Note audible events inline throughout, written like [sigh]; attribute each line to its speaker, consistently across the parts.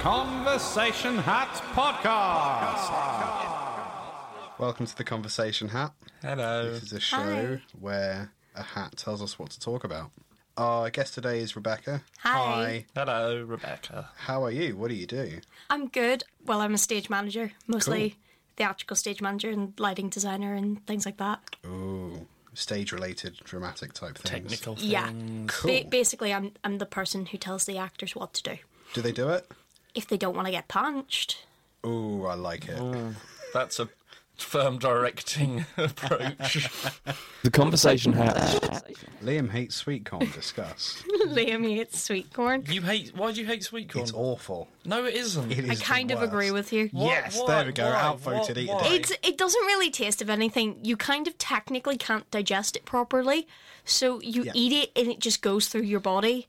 Speaker 1: Conversation Hat Podcast.
Speaker 2: Welcome to the Conversation Hat.
Speaker 1: Hello.
Speaker 2: This is a show where a hat tells us what to talk about. Our guest today is Rebecca.
Speaker 3: Hi.
Speaker 1: Hello, Rebecca.
Speaker 2: How are you? What do you do?
Speaker 3: I'm good. Well, I'm a stage manager, mostly theatrical stage manager and lighting designer and things like that.
Speaker 2: Ooh, stage related, dramatic type things.
Speaker 1: Technical things.
Speaker 3: Yeah.
Speaker 2: Cool.
Speaker 3: Ba- basically, I'm I'm the person who tells the actors what to do
Speaker 2: Do they do it?
Speaker 3: if they don't want to get punched.
Speaker 2: Ooh, I like it.
Speaker 4: That's a firm directing [laughs] approach.
Speaker 5: The conversation hat.
Speaker 2: Liam hates sweet corn. Discuss.
Speaker 3: [laughs] Liam hates sweet corn.
Speaker 4: you hate? Why do you hate sweet corn?
Speaker 2: it's awful.
Speaker 4: no, it isn't.
Speaker 2: It
Speaker 3: I
Speaker 2: is the
Speaker 3: kind of agree
Speaker 2: worst.
Speaker 3: with you.
Speaker 4: Why-
Speaker 2: Yes,
Speaker 4: why-
Speaker 2: there we go.
Speaker 4: why-
Speaker 2: Outvoted
Speaker 4: why-
Speaker 2: eater.
Speaker 4: why?
Speaker 3: It's it doesn't really taste of anything. You kind of technically can't digest it properly, so you
Speaker 2: Yeah.
Speaker 3: eat it and it just goes through your body.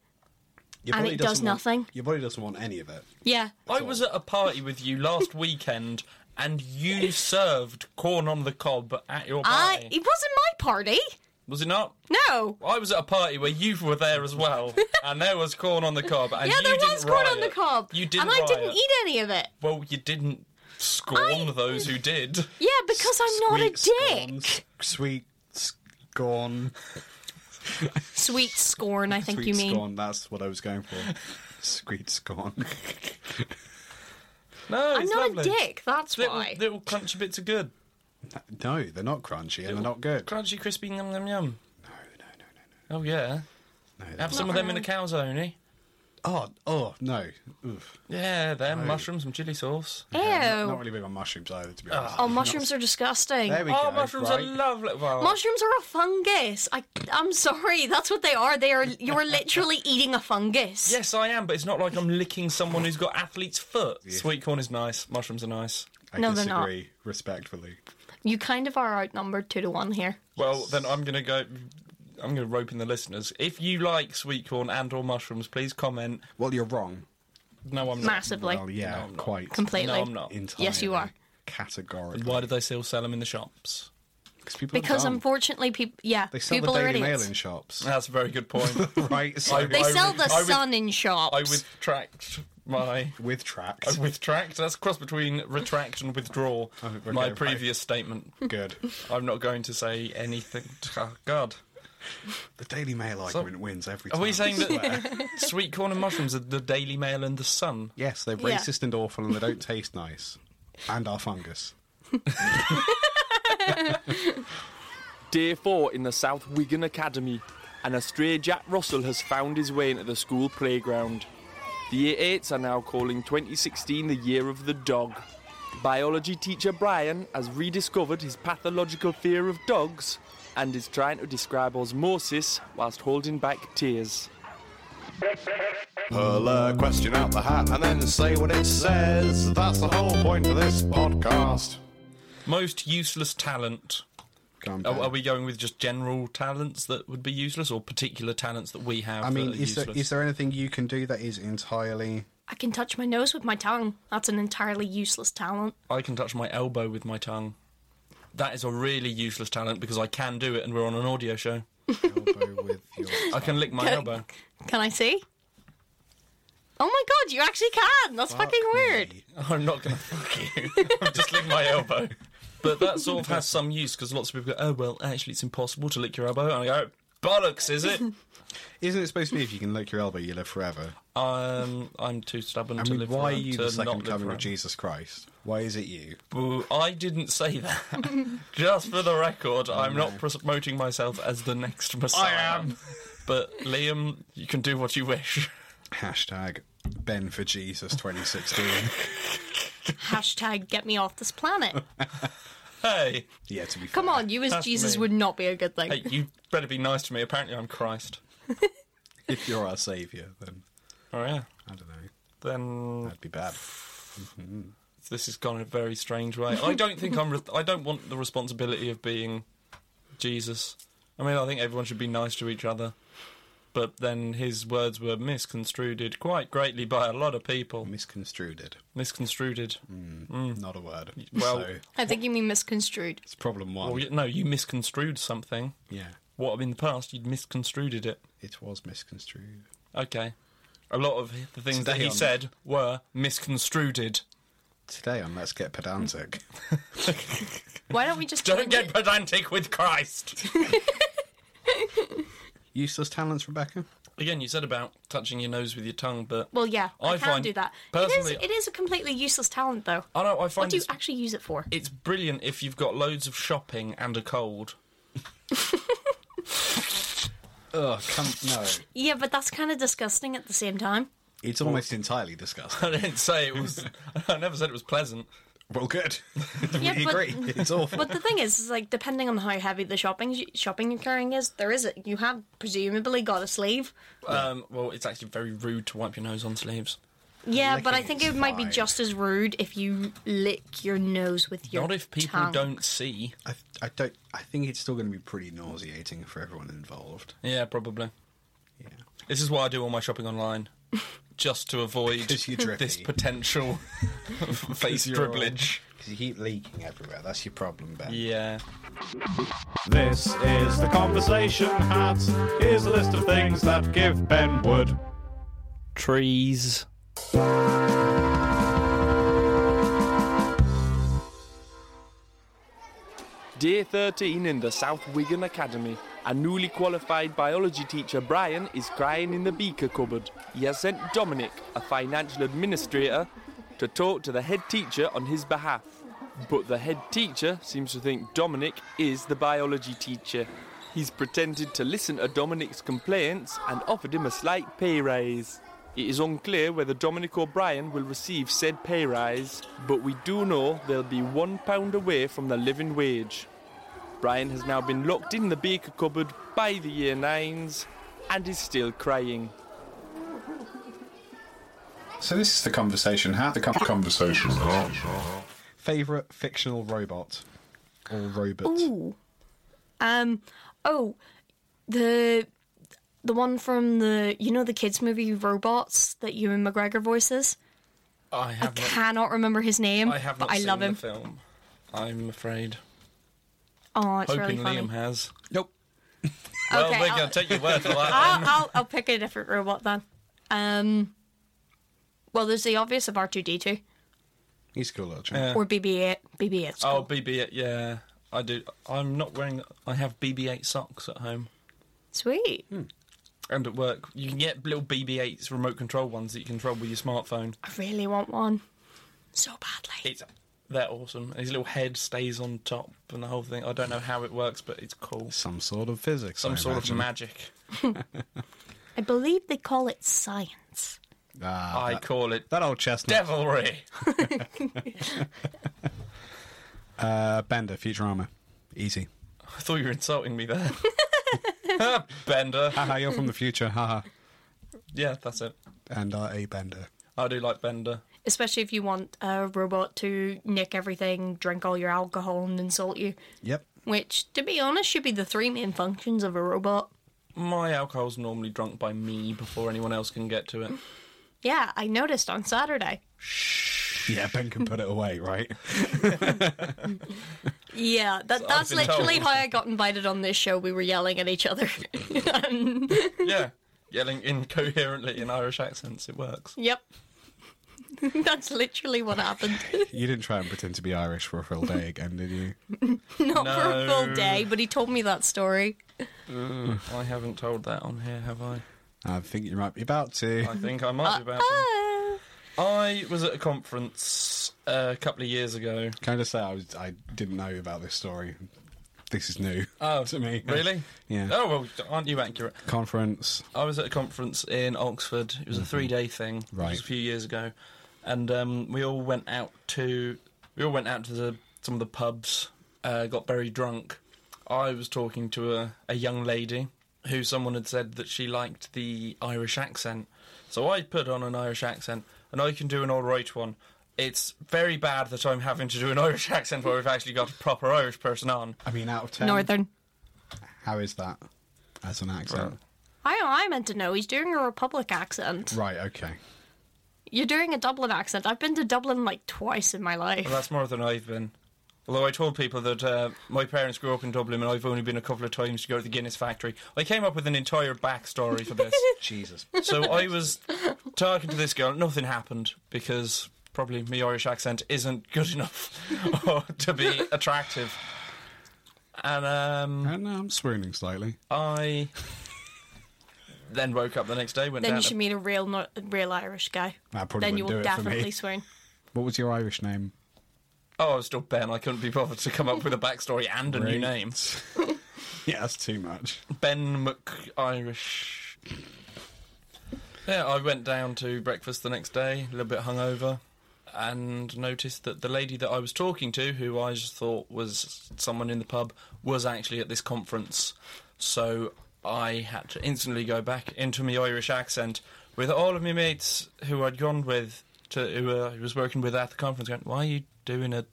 Speaker 2: Your
Speaker 3: And
Speaker 2: body
Speaker 3: it does
Speaker 2: doesn't want-
Speaker 3: nothing.
Speaker 2: Your body doesn't want any of it.
Speaker 3: Yeah.
Speaker 4: I was at a party with you last weekend, and you served corn on the cob at your
Speaker 3: I
Speaker 4: party.
Speaker 3: it wasn't my party.
Speaker 4: Was it not?
Speaker 3: No.
Speaker 4: I was at a party where you were there as
Speaker 3: [laughs]
Speaker 4: well, and there was corn on the cob. And
Speaker 3: Yeah,
Speaker 4: you
Speaker 3: there
Speaker 4: didn't
Speaker 3: was corn on the
Speaker 4: riot.
Speaker 3: cob.
Speaker 4: You didn't.
Speaker 3: And I didn't
Speaker 4: riot.
Speaker 3: eat any of it.
Speaker 4: Well, you didn't scorn
Speaker 3: I-
Speaker 4: those who did.
Speaker 3: Yeah, because I'm not a
Speaker 2: Sweet
Speaker 3: dick.
Speaker 2: scorn, s- Sweet scorn.
Speaker 3: Sweet scorn, I think
Speaker 2: Sweet
Speaker 3: you mean.
Speaker 2: scorn. That's what I was going for. [laughs] sweet scorn. [laughs]
Speaker 4: No,
Speaker 3: I'm
Speaker 4: it's
Speaker 3: not
Speaker 4: lovely.
Speaker 3: a dick, that's
Speaker 4: Little,
Speaker 3: why.
Speaker 4: little crunchy bits are good.
Speaker 2: No, they're not crunchy and they're not good.
Speaker 4: Crunchy, crispy, yum, yum, yum.
Speaker 2: No, no, no, no.
Speaker 4: Oh yeah.
Speaker 2: they're
Speaker 4: Have some of them in a calzone.
Speaker 2: Oh, oh no! Oof.
Speaker 4: Yeah, them mushrooms, some chili sauce.
Speaker 3: Ew.
Speaker 2: Not really big on mushrooms either, to be honest.
Speaker 3: oh, mushrooms are
Speaker 2: [laughs]
Speaker 3: disgusting.
Speaker 2: There we go.
Speaker 4: Oh, mushrooms
Speaker 2: right.
Speaker 4: are lovely. Well,
Speaker 3: Mushrooms are a fungus. I, I'm sorry, that's what they are. They are. You're
Speaker 2: [laughs]
Speaker 3: literally eating a fungus.
Speaker 4: yes, I am, but it's not like I'm licking someone who's got athlete's foot. Sweet corn is nice. Mushrooms are nice.
Speaker 2: I
Speaker 3: No, they're not.
Speaker 2: disagree respectfully.
Speaker 3: You kind of are outnumbered two to one here.
Speaker 4: Well, then I'm gonna go. I'm gonna rope in the listeners. If you like sweet corn and or mushrooms, please comment.
Speaker 2: Well, you're wrong.
Speaker 4: No, I'm not.
Speaker 3: Massively.
Speaker 2: well, yeah, quite.
Speaker 3: Completely.
Speaker 4: No, I'm not.
Speaker 2: Entirely.
Speaker 3: Yes, you are.
Speaker 2: Categorically.
Speaker 4: Why do they still sell them in the shops?
Speaker 2: Because people. are
Speaker 3: Because
Speaker 2: dumb.
Speaker 3: unfortunately, people. Yeah,
Speaker 2: They sell
Speaker 3: people
Speaker 2: the
Speaker 3: are
Speaker 2: Daily
Speaker 3: idiots.
Speaker 2: Mail in
Speaker 4: [laughs]
Speaker 2: shops,
Speaker 4: That's a very
Speaker 2: [laughs]
Speaker 4: good point.
Speaker 2: right? So
Speaker 3: They
Speaker 4: I
Speaker 3: sell
Speaker 4: would-
Speaker 3: the
Speaker 4: I would-
Speaker 3: sun in shops.
Speaker 4: I retract my.
Speaker 2: with tracks.
Speaker 4: I retract. That's a cross between retract and withdraw.
Speaker 2: Oh, okay,
Speaker 4: my
Speaker 2: right.
Speaker 4: previous statement.
Speaker 2: Good.
Speaker 4: I'm not going to say anything. [laughs] Oh, God.
Speaker 2: The Daily Mail argument wins every
Speaker 4: Are
Speaker 2: time.
Speaker 4: we saying that sweet corn and mushrooms are the Daily Mail and the Sun?
Speaker 2: Yes, they're
Speaker 3: Yeah.
Speaker 2: racist and awful, and they don't taste nice, and are fungus.
Speaker 5: Day four in the South Wigan Academy, and a stray Jack Russell has found his way into the school playground. The year eights are now calling 2016 the year of the dog. Biology teacher Brian has rediscovered his pathological fear of dogs and is trying to describe osmosis whilst holding back tears.
Speaker 6: Pull a question out the hat and then say what it says. That's the whole point of this podcast.
Speaker 4: Most useless talent.
Speaker 2: Go on,
Speaker 4: Oh, Are,
Speaker 2: Ben.
Speaker 4: are we going with just general talents that would be useless, or particular talents that we have?
Speaker 2: I mean,
Speaker 4: that are
Speaker 2: is there,
Speaker 4: useless?
Speaker 2: is there anything you can do that is entirely
Speaker 3: I can touch my nose with my tongue. That's an entirely useless talent.
Speaker 4: I can touch my elbow with my tongue. That is a really useless talent because I can do it, and we're on an audio show.
Speaker 3: [laughs]
Speaker 2: elbow with your?
Speaker 4: I can lick my
Speaker 3: Can-
Speaker 4: elbow. [laughs]
Speaker 3: Can I see? Oh my god, you actually can! That's fucking
Speaker 2: Fuck
Speaker 3: weird.
Speaker 2: me.
Speaker 4: I'm not going to fuck you. [laughs] I'm just licking my elbow. But that sort of has some use because lots of people go, "Oh well, actually, it's impossible to lick your elbow." And I go, "Bollocks, is it?"
Speaker 2: Isn't it supposed to be if you can lick your elbow, you live forever?
Speaker 4: Um, I'm too stubborn
Speaker 2: I
Speaker 4: to
Speaker 2: mean,
Speaker 4: live.
Speaker 2: why are
Speaker 4: forever,
Speaker 2: you
Speaker 4: to
Speaker 2: the
Speaker 4: not
Speaker 2: second
Speaker 4: live
Speaker 2: coming of
Speaker 4: forever.
Speaker 2: Jesus Christ? Why is it you?
Speaker 4: Boo, I didn't say that. Just for the record, I'm not promoting myself as the next Messiah. I am. But Liam, you can do what you [laughs] wish.
Speaker 2: Hashtag Ben for
Speaker 3: [laughs]
Speaker 2: Jesus 2016.
Speaker 3: Hashtag get me off this planet.
Speaker 4: Hey,
Speaker 2: yeah, to be fair.
Speaker 3: Come on, you as
Speaker 4: That's
Speaker 3: Jesus
Speaker 4: me.
Speaker 3: would not be a good thing.
Speaker 4: hey, you better be nice to me. Apparently, I'm Christ.
Speaker 2: If you're our saviour, then
Speaker 4: Oh yeah.
Speaker 2: I don't know.
Speaker 4: Then
Speaker 2: That'd be bad.
Speaker 4: this has gone a very strange way. I don't think I'm. Re- I don't want the responsibility of being Jesus. I mean, I think everyone should be nice to each other. But then his words were misconstrued quite greatly by a lot of people.
Speaker 2: Misconstrued. it.
Speaker 4: Misconstrued.
Speaker 2: Not a word.
Speaker 4: Well-
Speaker 2: so,
Speaker 3: I think you mean misconstrued.
Speaker 2: it's problem one.
Speaker 4: Well, you- Oh, no, you misconstrued something.
Speaker 2: yeah,
Speaker 4: What in the past you'd misconstrued it.
Speaker 2: it was misconstrued.
Speaker 4: Okay, a lot of the things that
Speaker 2: Today
Speaker 4: he
Speaker 2: on-
Speaker 4: said were misconstrued.
Speaker 2: Today on Let's Get Pedantic.
Speaker 3: Why don't we just
Speaker 4: Don't
Speaker 3: change
Speaker 4: get
Speaker 3: it?
Speaker 4: pedantic with
Speaker 2: [laughs]
Speaker 4: Christ.
Speaker 2: Useless talents, Rebecca?
Speaker 4: Again, you said about touching your nose with your tongue, but
Speaker 3: Well, yeah, I,
Speaker 4: I
Speaker 3: can
Speaker 4: find-
Speaker 3: do that.
Speaker 4: personally-
Speaker 3: it is it is a completely useless talent though.
Speaker 4: I know I
Speaker 3: What
Speaker 4: find
Speaker 3: do you
Speaker 4: it's,
Speaker 3: actually use it for?
Speaker 4: it's brilliant if you've got loads of shopping and a cold. [laughs]
Speaker 2: Oh, come no.
Speaker 3: Yeah, but that's kind of disgusting at the same
Speaker 4: [laughs]
Speaker 3: time.
Speaker 2: It's almost entirely disgusting.
Speaker 4: I didn't say it was. [laughs] I never said it was pleasant.
Speaker 2: Well, [laughs] good.
Speaker 3: Yeah,
Speaker 2: we
Speaker 3: but, [laughs]
Speaker 2: agree. It's awful.
Speaker 3: But the thing is, is like depending on how heavy the shopping shopping you're carrying is, there is it. You have presumably got a sleeve.
Speaker 4: Um, well, it's actually very rude to wipe your nose on sleeves.
Speaker 3: Yeah, but I
Speaker 2: Licking
Speaker 3: think
Speaker 2: is
Speaker 3: it might be
Speaker 2: fine.
Speaker 3: just as rude if you lick your nose with your
Speaker 4: Not if people
Speaker 3: tongue.
Speaker 4: don't see.
Speaker 2: I, I don't. I think it's still going to be pretty nauseating for everyone involved.
Speaker 4: Yeah, probably.
Speaker 2: Yeah.
Speaker 4: This is why I do all my
Speaker 2: [laughs]
Speaker 4: shopping online, just to avoid
Speaker 2: Because you're drippy.
Speaker 4: this potential [laughs] face
Speaker 2: you're-
Speaker 4: dribblage.
Speaker 2: Because you keep leaking everywhere. That's your problem, Ben.
Speaker 4: Yeah.
Speaker 6: This is the conversation hat. Here's a list of things that give Ben wood.
Speaker 4: Trees.
Speaker 5: Day 13 in the South Wigan Academy. A newly qualified biology teacher, Brian, is crying in the beaker cupboard. He has sent Dominic, a financial administrator, to talk to the head teacher on his behalf. But the head teacher seems to think Dominic is the biology teacher. He's pretended to listen to Dominic's complaints and offered him a slight pay raise. It is unclear whether Dominic O'Brien will receive said pay rise, but we do know they'll be £1 away from the living wage. Brian has now been locked in the beaker cupboard by the year nines and is still crying.
Speaker 6: So this is the conversation hat. The conversation hat.
Speaker 2: Favorite fictional robot or robot?
Speaker 3: Ooh. Um. Oh, the the one from the you know the kids movie Robots that Ewan McGregor voices.
Speaker 4: I
Speaker 3: I
Speaker 4: have not.
Speaker 3: cannot remember his name,
Speaker 4: I have
Speaker 3: but
Speaker 4: not
Speaker 3: I
Speaker 4: seen
Speaker 3: love
Speaker 4: the
Speaker 3: him.
Speaker 4: film. I'm afraid.
Speaker 3: Oh, it's
Speaker 4: Hoping
Speaker 3: really funny.
Speaker 4: Liam has.
Speaker 2: Nope.
Speaker 4: Well,
Speaker 3: Okay,
Speaker 4: we're
Speaker 3: I'll-
Speaker 4: going to take your word
Speaker 3: [laughs]
Speaker 4: for that.
Speaker 3: I'll, I'll I'll pick a different robot then. Um. Well, there's the obvious of R two D two
Speaker 2: He's a cool little chap.
Speaker 4: Yeah.
Speaker 3: or BB eight. BB eight.
Speaker 4: oh, BB-8. Yeah, I do. I'm not wearing. I have BB-8 socks at home
Speaker 3: Sweet.
Speaker 4: Hmm. and at work. You can get little BB-8s remote control ones that you control with your smartphone.
Speaker 3: I really want one so badly.
Speaker 4: It's they're awesome. And his little head stays on top and the whole thing. I don't know how it works, but it's cool.
Speaker 2: Some sort of physics.
Speaker 4: Some
Speaker 2: I
Speaker 4: sort
Speaker 2: imagine.
Speaker 4: of magic.
Speaker 3: I believe they call it science.
Speaker 2: Ah,
Speaker 4: I call it
Speaker 2: that old chestnut.
Speaker 4: devilry.
Speaker 2: Uh, Bender, Futurama. Easy.
Speaker 4: [laughs] I thought you were insulting me there.
Speaker 2: [laughs]
Speaker 4: Bender.
Speaker 2: Haha, you're from the future. Haha.
Speaker 4: Yeah, that's it.
Speaker 2: And I a Bender.
Speaker 4: I do like Bender.
Speaker 3: Especially if you want a robot to nick everything, drink all your alcohol, and insult you.
Speaker 2: Yep.
Speaker 3: Which, to be honest, should be the three main functions of a robot.
Speaker 4: My alcohol's normally drunk by me before anyone else can get to it.
Speaker 3: Yeah, I noticed on Saturday.
Speaker 2: Yeah, Ben can put it away, right?
Speaker 3: Yeah, that, that's
Speaker 4: been
Speaker 3: literally
Speaker 4: told.
Speaker 3: how I got invited on this show. We were yelling at each other. [laughs]
Speaker 2: [laughs]
Speaker 4: Yeah. Yelling incoherently in Irish accents, it works.
Speaker 3: yep. [laughs] that's literally what happened. [laughs]
Speaker 2: You didn't try and pretend to be Irish for a full day again, did you?
Speaker 3: Not for a full
Speaker 4: No.
Speaker 3: day, but he told me that story.
Speaker 4: I haven't told that on here, have I?
Speaker 2: I think you might be about to.
Speaker 4: I think I might be
Speaker 2: Uh,
Speaker 4: about to.
Speaker 3: Ah.
Speaker 4: I was at a conference uh, a couple of years ago.
Speaker 2: Can I just say I was I didn't know about this story. This is new [laughs]
Speaker 4: Oh,
Speaker 2: to me.
Speaker 4: Really?
Speaker 2: Yeah.
Speaker 4: Oh, well, aren't you accurate?
Speaker 2: Conference.
Speaker 4: I was at a conference in Oxford. It was a three day thing. It
Speaker 2: Right.
Speaker 4: was a few years ago, and um, we all went out to we all went out to the, some of the pubs. Uh, got very drunk. I was talking to a, a young lady who someone had said that she liked the Irish accent. So I put on an Irish accent, and I can do an all right one. It's very bad that I'm having to do an [laughs] Irish accent where we've actually got a proper Irish person on.
Speaker 2: I mean, out of ten.
Speaker 3: Northern.
Speaker 2: How is that as an accent?
Speaker 3: I, I meant to know. He's doing a Republic accent.
Speaker 2: Right. Okay.
Speaker 3: You're doing a Dublin accent. I've been to Dublin like twice in my life.
Speaker 4: Well, that's more than I've been. Although I told people that uh, my parents grew up in Dublin and I've only been a couple of times to go to the Guinness factory, I came up with an entire backstory for this.
Speaker 2: Jesus. [laughs] Uh,
Speaker 4: so I was talking to this girl, nothing happened because probably my Irish accent isn't good enough [laughs] to be attractive. And um,
Speaker 6: And I'm swooning slightly.
Speaker 4: I then woke up the next day, went
Speaker 3: Then
Speaker 4: down
Speaker 3: you
Speaker 4: to-
Speaker 3: should meet a real, nor- real Irish guy.
Speaker 6: That probably
Speaker 3: Then
Speaker 6: wouldn't
Speaker 3: you
Speaker 6: do
Speaker 3: will
Speaker 6: it for
Speaker 3: definitely
Speaker 6: me.
Speaker 3: swoon.
Speaker 6: What was your Irish name?
Speaker 4: Oh, I was still Ben. I couldn't be bothered to come up with a backstory and a new
Speaker 6: Right.
Speaker 4: name.
Speaker 6: Yeah, that's too much.
Speaker 4: Ben McIrish. Yeah, I went down to breakfast the next day, a little bit hungover, and noticed that the lady that I was talking to, who I just thought was someone in the pub, was actually at this conference. So I had to instantly go back into my Irish accent with all of my mates who I'd gone with, to, who uh, I was working with at the conference, going, Why are you doing it?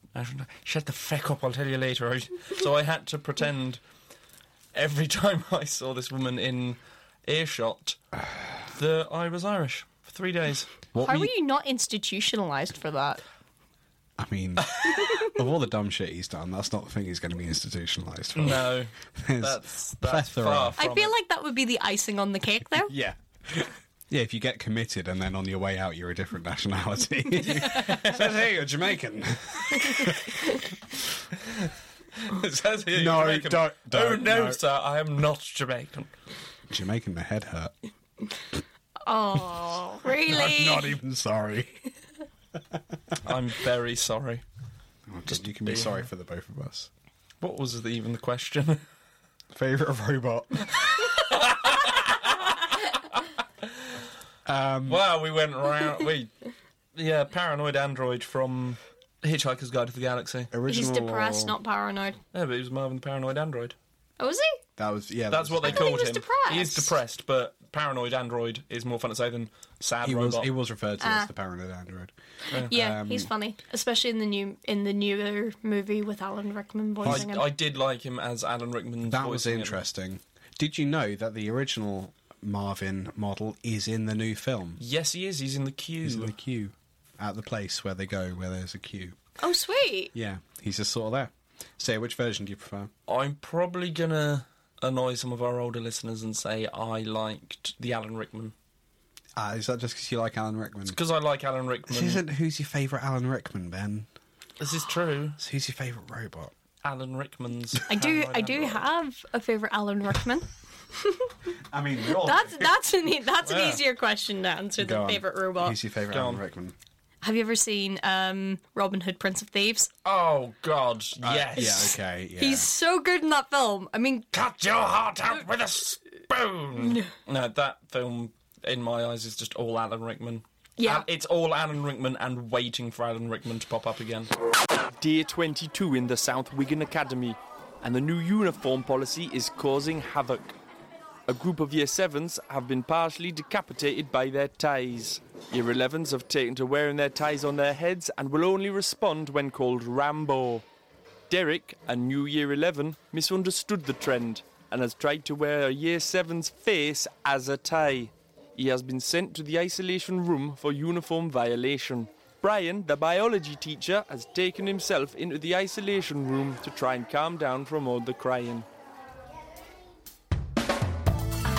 Speaker 4: Shut the feck up, I'll tell you later. [laughs] so I had to pretend every [laughs] time I saw this woman in earshot that I was Irish for three
Speaker 6: [laughs]
Speaker 4: days.
Speaker 6: What
Speaker 3: How
Speaker 6: were
Speaker 3: were
Speaker 6: you-
Speaker 3: you not institutionalized for that?
Speaker 6: I
Speaker 4: [laughs]
Speaker 6: mean, of all the dumb shit he's done, that's not the thing he's going to be institutionalized for.
Speaker 4: No,
Speaker 6: [laughs]
Speaker 4: [laughs]
Speaker 6: There's
Speaker 4: that's that's
Speaker 6: plethora.
Speaker 4: far from
Speaker 3: I feel
Speaker 4: it.
Speaker 3: like that would be the icing on the cake, though.
Speaker 6: [laughs] Yeah. Yeah, if you get committed and then on your way out you're a different nationality.
Speaker 4: [laughs]
Speaker 6: Says here you're Jamaican.
Speaker 4: it says here
Speaker 6: No,
Speaker 4: you're Jamaican.
Speaker 6: don't-
Speaker 4: oh
Speaker 6: don't,
Speaker 4: no,
Speaker 6: no.
Speaker 4: sir, I am not Jamaican.
Speaker 6: Jamaican, my head hurt.
Speaker 3: Oh, really?
Speaker 6: I'm [laughs] not even sorry.
Speaker 4: I'm very sorry.
Speaker 6: Oh, Just you can be sorry for the both of us.
Speaker 4: What was the- even
Speaker 6: [laughs]
Speaker 4: the question?
Speaker 6: Favorite
Speaker 3: [laughs]
Speaker 6: robot.
Speaker 4: wow, we went round. We yeah, paranoid android from Hitchhiker's Guide to the Galaxy.
Speaker 3: He's
Speaker 6: Original.
Speaker 3: depressed, not paranoid.
Speaker 4: Yeah, but he was Marvin the paranoid android.
Speaker 3: Oh, is he?
Speaker 6: That was yeah.
Speaker 4: That's what they
Speaker 3: he
Speaker 4: called
Speaker 3: was
Speaker 4: him.
Speaker 3: depressed.
Speaker 4: He is depressed, but paranoid android is more fun to say than sad
Speaker 6: He was
Speaker 4: robot.
Speaker 6: he was referred to
Speaker 3: Ah.
Speaker 6: as the paranoid android. Uh,
Speaker 3: Yeah,
Speaker 6: um,
Speaker 3: he's funny, especially in the new in the newer movie with Alan Rickman voicing
Speaker 4: I, I
Speaker 3: him.
Speaker 4: did like him as Alan Rickman.
Speaker 6: That was interesting. Did you know that the original Marvin model is in the new film?
Speaker 4: Yes, he is. He's in the
Speaker 6: He's in the
Speaker 4: queue.
Speaker 6: queue at the place where they go, where there's a queue.
Speaker 3: Oh, sweet.
Speaker 6: Yeah, he's just sort of there. Say, which version do you prefer?
Speaker 4: I'm probably gonna annoy some of our older listeners and say I liked the Alan Rickman
Speaker 6: Ah, is that just because you like Alan Rickman?
Speaker 4: because I like Alan Rickman.
Speaker 6: This isn't who's your favourite Alan Rickman, Ben.
Speaker 4: This is true.
Speaker 6: It's who's your favourite robot.
Speaker 4: Alan Rickman's.
Speaker 3: I do.
Speaker 4: Paranoid
Speaker 3: I do
Speaker 4: Android.
Speaker 3: have a favorite Alan
Speaker 6: [laughs]
Speaker 3: Rickman.
Speaker 6: I mean, we all
Speaker 3: That's that's an e- that's an
Speaker 4: Yeah.
Speaker 3: easier question to answer
Speaker 6: Go
Speaker 3: than
Speaker 6: on.
Speaker 3: favorite robot.
Speaker 6: Who's your favourite
Speaker 4: Go
Speaker 6: Alan
Speaker 4: on.
Speaker 6: Rickman?
Speaker 3: Have you ever seen um, Robin Hood, Prince of Thieves?
Speaker 4: Oh God, yes.
Speaker 6: Uh, Yeah, okay, yeah.
Speaker 3: He's so good in that film. I mean,
Speaker 4: Cut your heart out with a spoon. no, that film in my eyes is just all Alan Rickman.
Speaker 3: Yeah.
Speaker 4: Al- it's all Alan Rickman and waiting for Alan Rickman to pop up again.
Speaker 5: Day 22 in the South Wigan Academy, and the new uniform policy is causing havoc. A group of Year 7s have been partially decapitated by their ties. Year 11s have taken to wearing their ties on their heads and will only respond when called Rambo. Derek, a new Year 11, misunderstood the trend and has tried to wear a Year 7's face as a tie. He has been sent to the isolation room for uniform violation. Brian, the biology teacher, has taken himself into the isolation room to try and calm down from all the crying.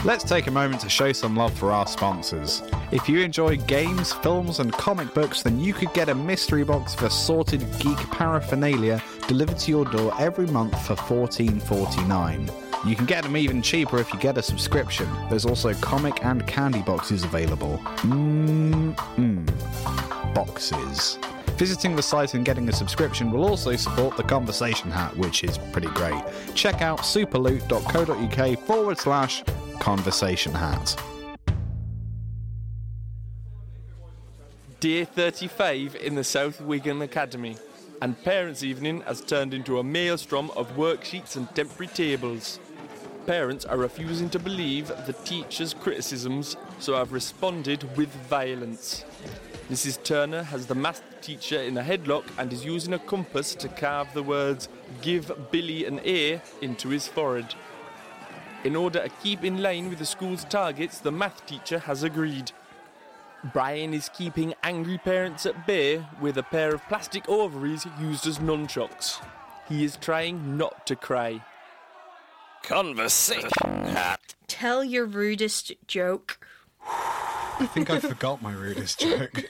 Speaker 6: Let's take a moment to show some love for our sponsors. If you enjoy games, films, and comic books, then you could get a mystery box of assorted geek paraphernalia delivered to your door every month for $14.49. You can get them even cheaper if you get a subscription. There's also comic and candy boxes available. boxes. Visiting the site and getting a subscription will also support the Conversation Hat, which is pretty great. Check out superloot.co.uk forward slash conversation hat.
Speaker 5: Day 35 in the South Wigan Academy, and Parents' Evening has turned into a maelstrom of worksheets and temporary tables. Parents are refusing to believe the teacher's criticisms, so have responded with violence. Mrs. Turner has the math teacher in a headlock and is using a compass to carve the words Give Billy an A into his forehead. In order to keep in line with the school's targets, the math teacher has agreed. Brian is keeping angry parents at bay with a pair of plastic ovaries used as nunchucks. He is trying not to cry.
Speaker 7: Conversation hat.
Speaker 3: Tell your rudest joke.
Speaker 2: I think
Speaker 3: [laughs]
Speaker 2: I forgot my rudest joke.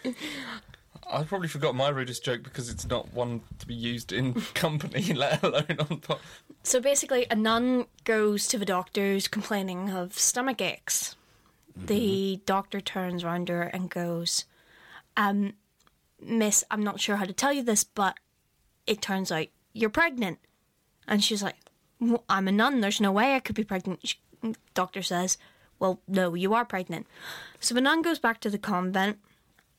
Speaker 4: I probably forgot my rudest joke because it's not one to be used in [laughs] company, let alone on po-
Speaker 3: So basically, a nun goes to the doctors complaining of stomach aches. The doctor turns around her and goes, um, Miss, I'm not sure how to tell you this, but it turns out you're pregnant. And she's like, "Well, I'm a nun. There's no way I could be pregnant. She, doctor says, Well, no, you are pregnant. So the nun goes back to the convent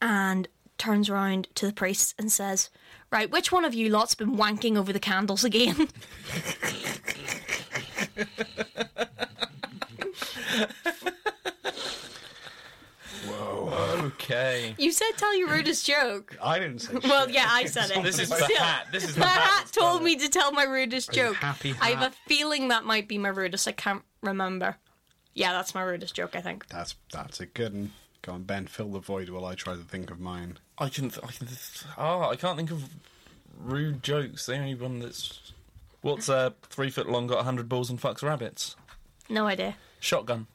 Speaker 3: and turns around to the priest and says, Right, which one of you lot's been wanking over the candles again? [laughs]
Speaker 4: Okay.
Speaker 3: You said tell your rudest joke.
Speaker 2: I didn't say shit.
Speaker 3: Well, yeah, I said it. [laughs]
Speaker 4: This is the
Speaker 3: Still,
Speaker 4: hat. This is the
Speaker 3: My
Speaker 4: hat.
Speaker 3: hat told me to tell my rudest joke.
Speaker 2: happy
Speaker 3: I have
Speaker 2: hat.
Speaker 3: a feeling that might be my rudest. I can't remember. Yeah, that's my rudest joke, I think.
Speaker 2: That's that's a good one. Go on, Ben, fill the void while I try to think of mine.
Speaker 4: I can. Th- I can. Th- ah, I can't think of rude jokes. The only one that's what's uh, three foot long, got hundred balls and fucks rabbits.
Speaker 3: No idea.
Speaker 4: Shotgun.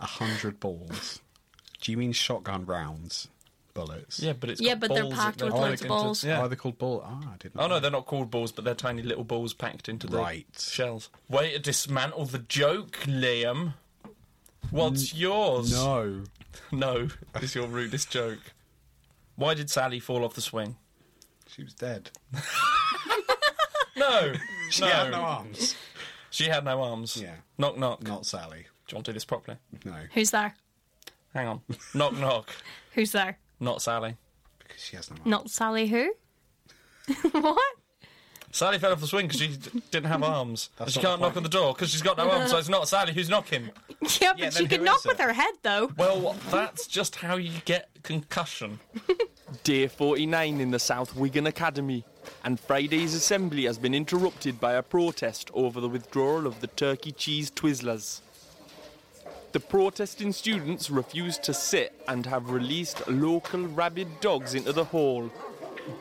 Speaker 2: A hundred balls. Do you mean shotgun rounds? Bullets.
Speaker 4: Yeah, but it's
Speaker 3: Yeah,
Speaker 4: got
Speaker 3: but they're
Speaker 4: balls
Speaker 3: packed
Speaker 4: in-
Speaker 3: with
Speaker 4: they're
Speaker 3: loads
Speaker 4: packed
Speaker 3: of
Speaker 4: into-
Speaker 3: balls.
Speaker 2: Oh,
Speaker 4: Yeah.
Speaker 2: they're called ball. Ah, I didn't.
Speaker 4: Oh no,
Speaker 2: know.
Speaker 4: they're not called balls, but they're tiny little balls packed into the
Speaker 2: Right.
Speaker 4: shells. Way to dismantle the joke, Liam. What's yours?
Speaker 2: No.
Speaker 4: no, it's your rudest joke. Why did Sally fall off the swing?
Speaker 2: She was dead.
Speaker 4: No,
Speaker 2: [laughs] She
Speaker 4: no.
Speaker 2: had no arms.
Speaker 4: She had no arms.
Speaker 2: Yeah.
Speaker 4: Knock knock.
Speaker 2: Not Sally.
Speaker 4: Do you want to do this properly?
Speaker 2: No.
Speaker 3: Who's there?
Speaker 4: Hang on. knock knock.
Speaker 3: Who's there?
Speaker 4: Not Sally.
Speaker 2: Because she has no arms.
Speaker 3: Not Sally who? [laughs] what?
Speaker 4: Sally fell off the swing because she d-
Speaker 2: [laughs]
Speaker 4: didn't have arms. And she
Speaker 2: not the
Speaker 4: can't knock on the door because she's got no arms, so it's not Sally who's knocking.
Speaker 3: Yeah, but
Speaker 2: then
Speaker 3: she
Speaker 2: who
Speaker 3: could
Speaker 2: is
Speaker 3: knock
Speaker 2: it?
Speaker 3: with her head, though.
Speaker 4: Well, that's just how you get
Speaker 5: [laughs]
Speaker 4: concussion.
Speaker 5: Day 49 in the South Wigan Academy, and Friday's assembly has been interrupted by a protest over the withdrawal of the turkey cheese Twizzlers. The protesting students refused to sit and have released local rabid dogs into the hall.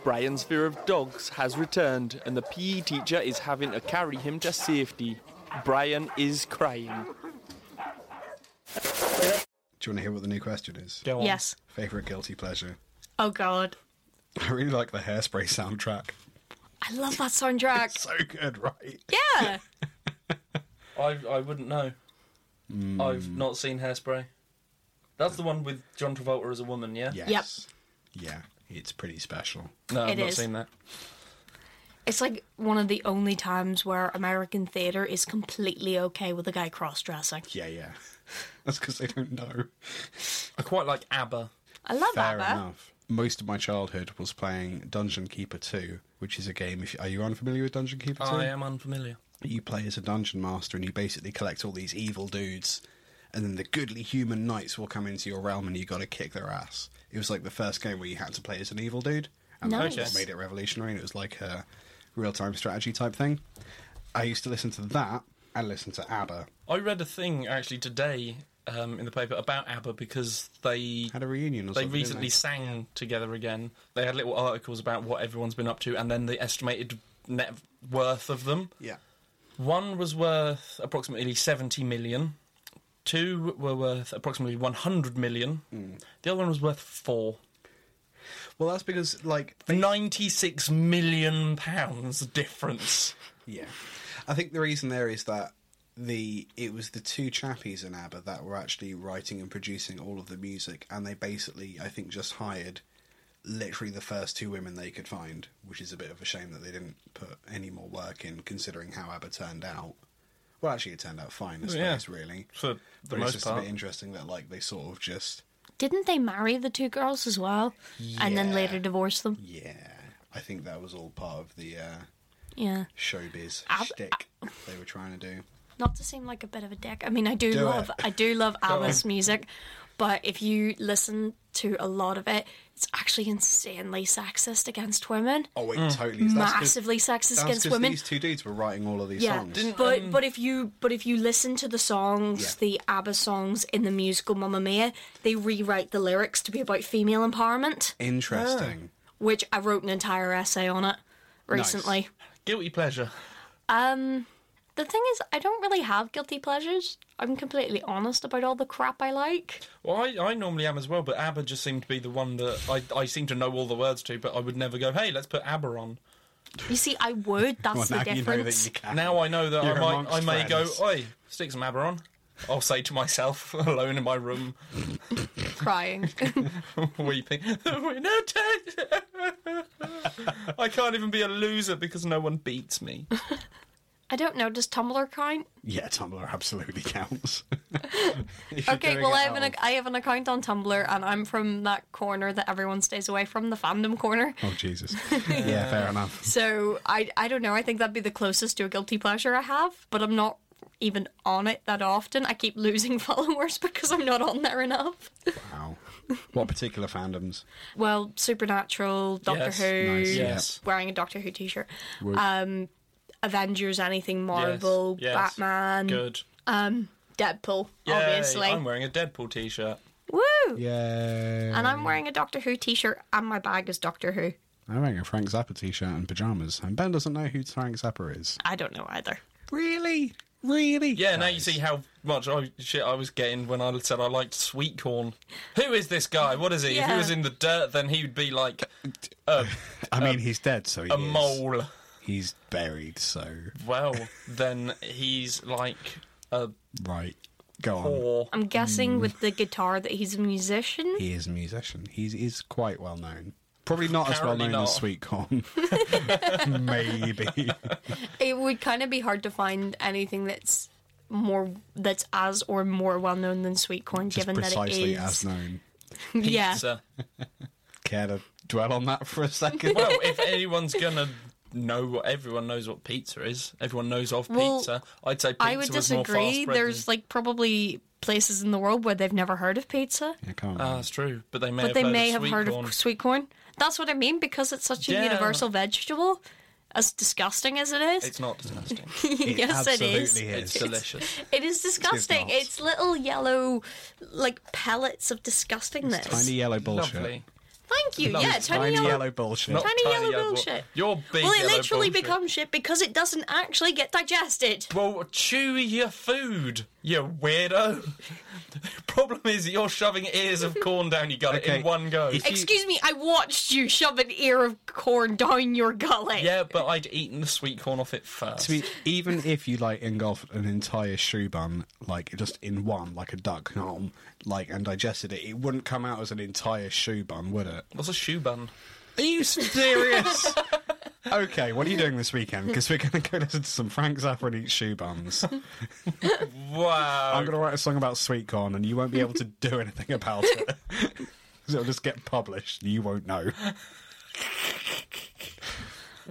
Speaker 5: Brian's fear of dogs has returned, and the PE teacher is having to carry him to safety. Brian is crying.
Speaker 2: Do you want to hear what the new question is?
Speaker 4: Go on.
Speaker 3: Yes.
Speaker 2: Favorite guilty pleasure.
Speaker 3: Oh, God.
Speaker 2: I really like the hairspray soundtrack. [laughs]
Speaker 3: I love that soundtrack.
Speaker 2: So good, right?
Speaker 3: Yeah.
Speaker 4: I, I wouldn't know. I've
Speaker 2: Hmm.
Speaker 4: not seen Hairspray. That's the one with John Travolta as a woman, yeah?
Speaker 2: Yes. Yeah, it's pretty special.
Speaker 4: No, I've
Speaker 3: It
Speaker 4: not
Speaker 3: is.
Speaker 4: seen that.
Speaker 3: It's like one of the only times where American theatre is completely okay with a guy cross dressing.
Speaker 2: Yeah, yeah. [laughs] That's because they don't know.
Speaker 4: I quite like ABBA.
Speaker 3: I love
Speaker 2: Fair
Speaker 3: ABBA.
Speaker 2: enough. Most of my childhood was playing Dungeon Keeper 2, which is a game. If are you unfamiliar with Dungeon Keeper 2?
Speaker 4: I am unfamiliar.
Speaker 2: You play as a dungeon master and you basically collect all these evil dudes, and then the goodly human knights will come into your realm and you got to kick their ass. It was like the first game where you had to play as an evil dude, and
Speaker 3: Nice.
Speaker 2: that made it revolutionary. And it was like a real time strategy type thing. I used to listen to that and listen to ABBA.
Speaker 4: I read a thing actually today um, in the paper about ABBA because they
Speaker 2: Had a reunion or
Speaker 4: they
Speaker 2: something. didn't
Speaker 4: recently sang together again. They had little articles about what everyone's been up to and then the estimated net worth of them.
Speaker 2: Yeah.
Speaker 4: One was worth approximately 70 million. Two were worth approximately 100 million.
Speaker 2: Hmm.
Speaker 4: The other one was worth four.
Speaker 2: Well, that's because like
Speaker 4: 96 million pounds difference.
Speaker 2: Yeah, I think the reason there is that the it was the two chappies in ABBA that were actually writing and producing all of the music, and they basically, I think, just hired literally the first two women they could find, which is a bit of a shame that they didn't put any more work in, considering how ABBA turned out. Well, actually, it turned out fine, I suppose,
Speaker 4: yeah.
Speaker 2: really.
Speaker 4: For the
Speaker 2: but
Speaker 4: most
Speaker 2: it's just a
Speaker 4: part.
Speaker 2: bit interesting that like they sort of just
Speaker 3: Didn't they marry the two girls as well? And then
Speaker 2: Yeah.
Speaker 3: later divorce them?
Speaker 2: yeah. I think that was all part of the uh,
Speaker 3: Yeah.
Speaker 2: showbiz
Speaker 3: Ab-
Speaker 2: shtick they were trying to do.
Speaker 3: Not to seem like a bit of a dick. I mean, I do,
Speaker 2: Do
Speaker 3: love
Speaker 2: it.
Speaker 3: I do love
Speaker 4: on.
Speaker 3: ABBA's music, but if you listen to a lot of it, it's actually insanely sexist against women.
Speaker 2: Oh, wait, totally. That's 'cause-
Speaker 3: Massively sexist
Speaker 2: That's
Speaker 3: against
Speaker 2: 'cause
Speaker 3: women.
Speaker 2: These two dudes were writing all of these
Speaker 3: Yeah,
Speaker 2: songs.
Speaker 3: but but if you but if you listen to the songs,
Speaker 2: Yeah.
Speaker 3: the ABBA songs in the musical Mamma Mia, they rewrite the lyrics to be about female empowerment.
Speaker 2: Interesting.
Speaker 3: which I wrote an entire essay on it recently.
Speaker 4: Guilty pleasure.
Speaker 3: The thing is, I don't really have guilty pleasures. I'm completely honest about all the crap I like.
Speaker 4: Well, I, I normally am as well, but ABBA just seemed to be the one that I, I seem to know all the words to, but I would never go, hey, let's put ABBA on.
Speaker 3: You see, I would. That's
Speaker 2: Well,
Speaker 3: the
Speaker 2: now you
Speaker 3: difference.
Speaker 2: know that you can.
Speaker 4: Now I know that
Speaker 2: You're
Speaker 4: I might,
Speaker 2: amongst
Speaker 4: I may go,
Speaker 2: friends.
Speaker 4: oi, stick some ABBA on. I'll say to myself, [laughs] alone in my room,
Speaker 3: Crying. [laughs]
Speaker 4: [laughs] weeping, no, Ted! I can't even be a loser because no one
Speaker 3: [laughs]
Speaker 4: beats me.
Speaker 3: I don't know. Does Tumblr count?
Speaker 2: [laughs] Yeah, Tumblr absolutely counts. [laughs]
Speaker 3: Okay, well, I have
Speaker 2: an.
Speaker 3: an ac- I have an account on Tumblr, and I'm from that corner that everyone stays away from, the fandom
Speaker 2: [laughs]
Speaker 3: corner.
Speaker 2: Oh
Speaker 3: [laughs]
Speaker 2: Jesus! yeah, fair enough.
Speaker 3: So I I don't know. I think that'd be the closest to a guilty pleasure I have, but I'm not even on it that often. I keep losing [laughs] followers because I'm not on there enough.
Speaker 2: Wow. What particular fandoms?
Speaker 3: Well, Supernatural, Doctor
Speaker 4: Yes,
Speaker 3: Who,
Speaker 2: nice, yeah.
Speaker 4: Yes.
Speaker 3: wearing a Doctor Who t-shirt, Uh, um, Avengers, anything Marvel,
Speaker 4: yes.
Speaker 3: Batman,
Speaker 4: Good.
Speaker 3: Deadpool,
Speaker 4: Yay,
Speaker 3: obviously.
Speaker 4: I'm wearing a Deadpool t shirt.
Speaker 3: Woo!
Speaker 2: Yeah.
Speaker 3: And I'm wearing a Doctor Who t-shirt, and my bag is Doctor Who.
Speaker 2: I'm wearing a Frank Zappa t-shirt and pajamas, and Ben doesn't know who Frank Zappa is.
Speaker 3: I don't know either.
Speaker 2: Really? Really?
Speaker 4: Yeah, now you see how much I, shit I was getting when I said I liked sweet corn. Who is this guy? What is he? If he
Speaker 3: Yeah.
Speaker 4: was in the dirt, then he would be like
Speaker 2: I mean, he's dead, so he
Speaker 4: um, a
Speaker 2: is.
Speaker 4: mole.
Speaker 2: He's buried, so
Speaker 4: Well, then he's like a
Speaker 2: right. Go on.
Speaker 4: whore.
Speaker 3: I'm guessing
Speaker 2: Mm.
Speaker 3: with the guitar that he's a musician.
Speaker 2: He is a musician. He is quite well known. Probably not as well
Speaker 4: Apparently
Speaker 2: known as
Speaker 4: not.
Speaker 2: Sweet
Speaker 4: [laughs]
Speaker 2: Corn. Maybe.
Speaker 3: It would kind of be hard to find anything that's more that's as or more well known than Sweet Corn,
Speaker 2: Just
Speaker 3: given that it
Speaker 2: precisely
Speaker 3: is. [laughs]
Speaker 2: as known.
Speaker 3: yeah,
Speaker 4: Pizza.
Speaker 2: Care to dwell on that for a second?
Speaker 4: Well,
Speaker 3: [laughs]
Speaker 4: if anyone's gonna know what everyone knows what pizza is, everyone knows of
Speaker 3: Well,
Speaker 4: pizza. I'd say pizza
Speaker 3: I would
Speaker 4: was more fast
Speaker 3: disagree.
Speaker 4: bread.
Speaker 3: There's like probably places in the world where they've never heard of pizza,
Speaker 2: yeah, come on.
Speaker 4: Ah, that's true, but they may
Speaker 3: but
Speaker 4: have
Speaker 3: they
Speaker 4: heard
Speaker 3: may
Speaker 4: of
Speaker 3: have
Speaker 4: sweet
Speaker 3: heard
Speaker 4: corn.
Speaker 3: of sweet corn. That's what I mean because it's such a
Speaker 4: Yeah.
Speaker 3: universal vegetable. As disgusting as it is,
Speaker 4: It's not disgusting.
Speaker 3: [laughs] yes, it
Speaker 2: absolutely
Speaker 3: is.
Speaker 4: it's delicious.
Speaker 3: It is disgusting.
Speaker 2: not.
Speaker 3: It's, little yellow, like pellets of disgustingness.
Speaker 2: Tiny yellow bullshit.
Speaker 4: Lovely.
Speaker 3: Thank you.
Speaker 4: Lovely.
Speaker 3: Yeah,
Speaker 4: It's
Speaker 3: tiny,
Speaker 2: Tiny
Speaker 3: yellow.
Speaker 2: yellow bullshit.
Speaker 4: Not
Speaker 3: Tiny yellow
Speaker 4: yellow
Speaker 3: bullshit.
Speaker 4: bull- Your big
Speaker 3: Well, it
Speaker 4: yellow
Speaker 3: literally
Speaker 4: bullshit.
Speaker 3: becomes shit because it doesn't actually get digested.
Speaker 4: Well, chew your food, you weirdo. [laughs] Problem is, you're shoving ears of corn down your gullet
Speaker 2: Okay.
Speaker 4: in one go.
Speaker 2: If you-
Speaker 3: Excuse me, I watched you shove an ear of corn down your gullet.
Speaker 4: yeah, but I'd eaten the sweet corn off it first.
Speaker 2: To be, even if you like engulfed an entire shoe bun, like just in one, like a duck, nom, like and digested it, it wouldn't come out as an entire shoe bun, would it?
Speaker 4: What's a shoe bun?
Speaker 2: Are you serious? [laughs] okay, what are you doing this weekend? Because we're going to go listen to some Frank Zappa and eat shoe buns.
Speaker 4: Wow.
Speaker 2: I'm going to write a song about sweet corn, and you won't be able to do anything about it. [laughs] 'Cause It'll just get published. and You won't
Speaker 4: [laughs]
Speaker 2: know.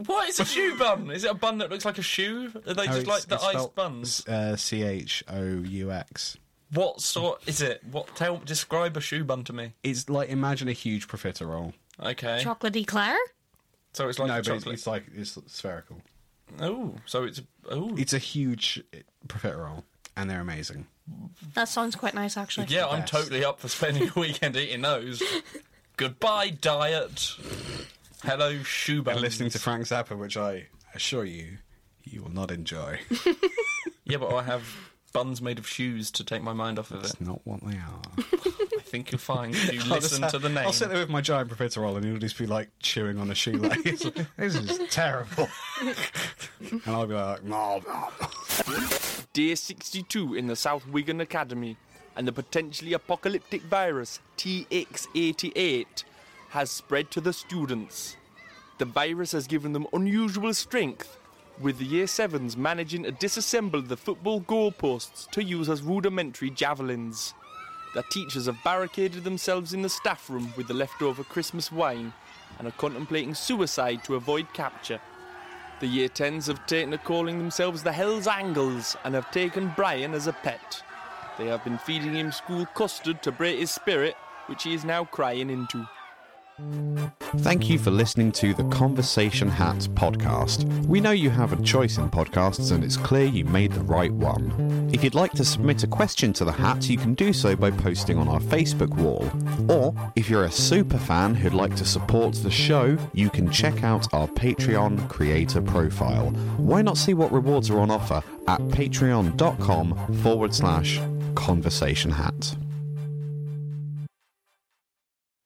Speaker 4: What is a shoe bun? Is it a bun that looks like a shoe? Are they just like the iced buns?
Speaker 2: uh, C H O U X.
Speaker 4: What sort is it? What tell describe a shoe bun to me.
Speaker 2: It's like imagine a huge profiterole.
Speaker 4: Okay.
Speaker 3: Chocolate eclair?
Speaker 4: so it's like
Speaker 2: no,
Speaker 4: a
Speaker 2: but it's,
Speaker 4: chocolate.
Speaker 2: it's like it's spherical.
Speaker 4: Oh, so it's oh.
Speaker 2: It's a huge profiterole, and they're amazing.
Speaker 3: That sounds quite nice, actually.
Speaker 4: yeah, I'm
Speaker 2: best.
Speaker 4: totally up for spending a [laughs] weekend eating those. Goodbye diet. Hello shoe bun.
Speaker 2: And listening to Frank Zappa, which I assure you, you will not enjoy. [laughs]
Speaker 4: Yeah, but I have buns made of shoes to take my mind off of it.
Speaker 2: It's not what they are.
Speaker 4: I think
Speaker 2: [laughs]
Speaker 4: you'll find if you
Speaker 2: I'll just
Speaker 4: listen
Speaker 2: ha-
Speaker 4: to the name.
Speaker 2: I'll sit there with my giant profiterole, and he'll just be like chewing on a shoelace. [laughs] this is terrible. and I'll be like, no,
Speaker 5: Day 62 in the South Wigan Academy, and the potentially apocalyptic virus TX88 has spread to the students. The virus has given them unusual strength, with the Year 7s managing to disassemble the football goalposts to use as rudimentary javelins. The teachers have barricaded themselves in the staff room with the leftover Christmas wine and are contemplating suicide to avoid capture. The Year 10s have taken to calling themselves the Hells Angles and have taken Brian as a pet. They have been feeding him school custard to break his spirit, which he is now crying into.
Speaker 6: Thank you for listening to the Conversation Hat podcast. We know you have a choice in podcasts, and it's clear you made the right one. If you'd like to submit a question to the hat, you can do so by posting on our Facebook wall. Or, if you're a super fan who'd like to support the show, you can check out our Patreon creator profile. Why not see what rewards are on offer at patreon.com forward slash conversation hat?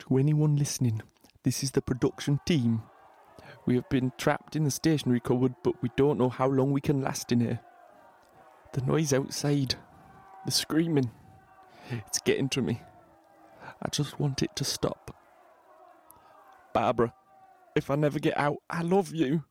Speaker 4: To anyone listening, this is the production team. We have been trapped in the stationary cupboard, but we don't know how long we can last in here. The noise outside, the screaming, it's getting to me. I just want it to stop. Barbara, if I never get out, I love you.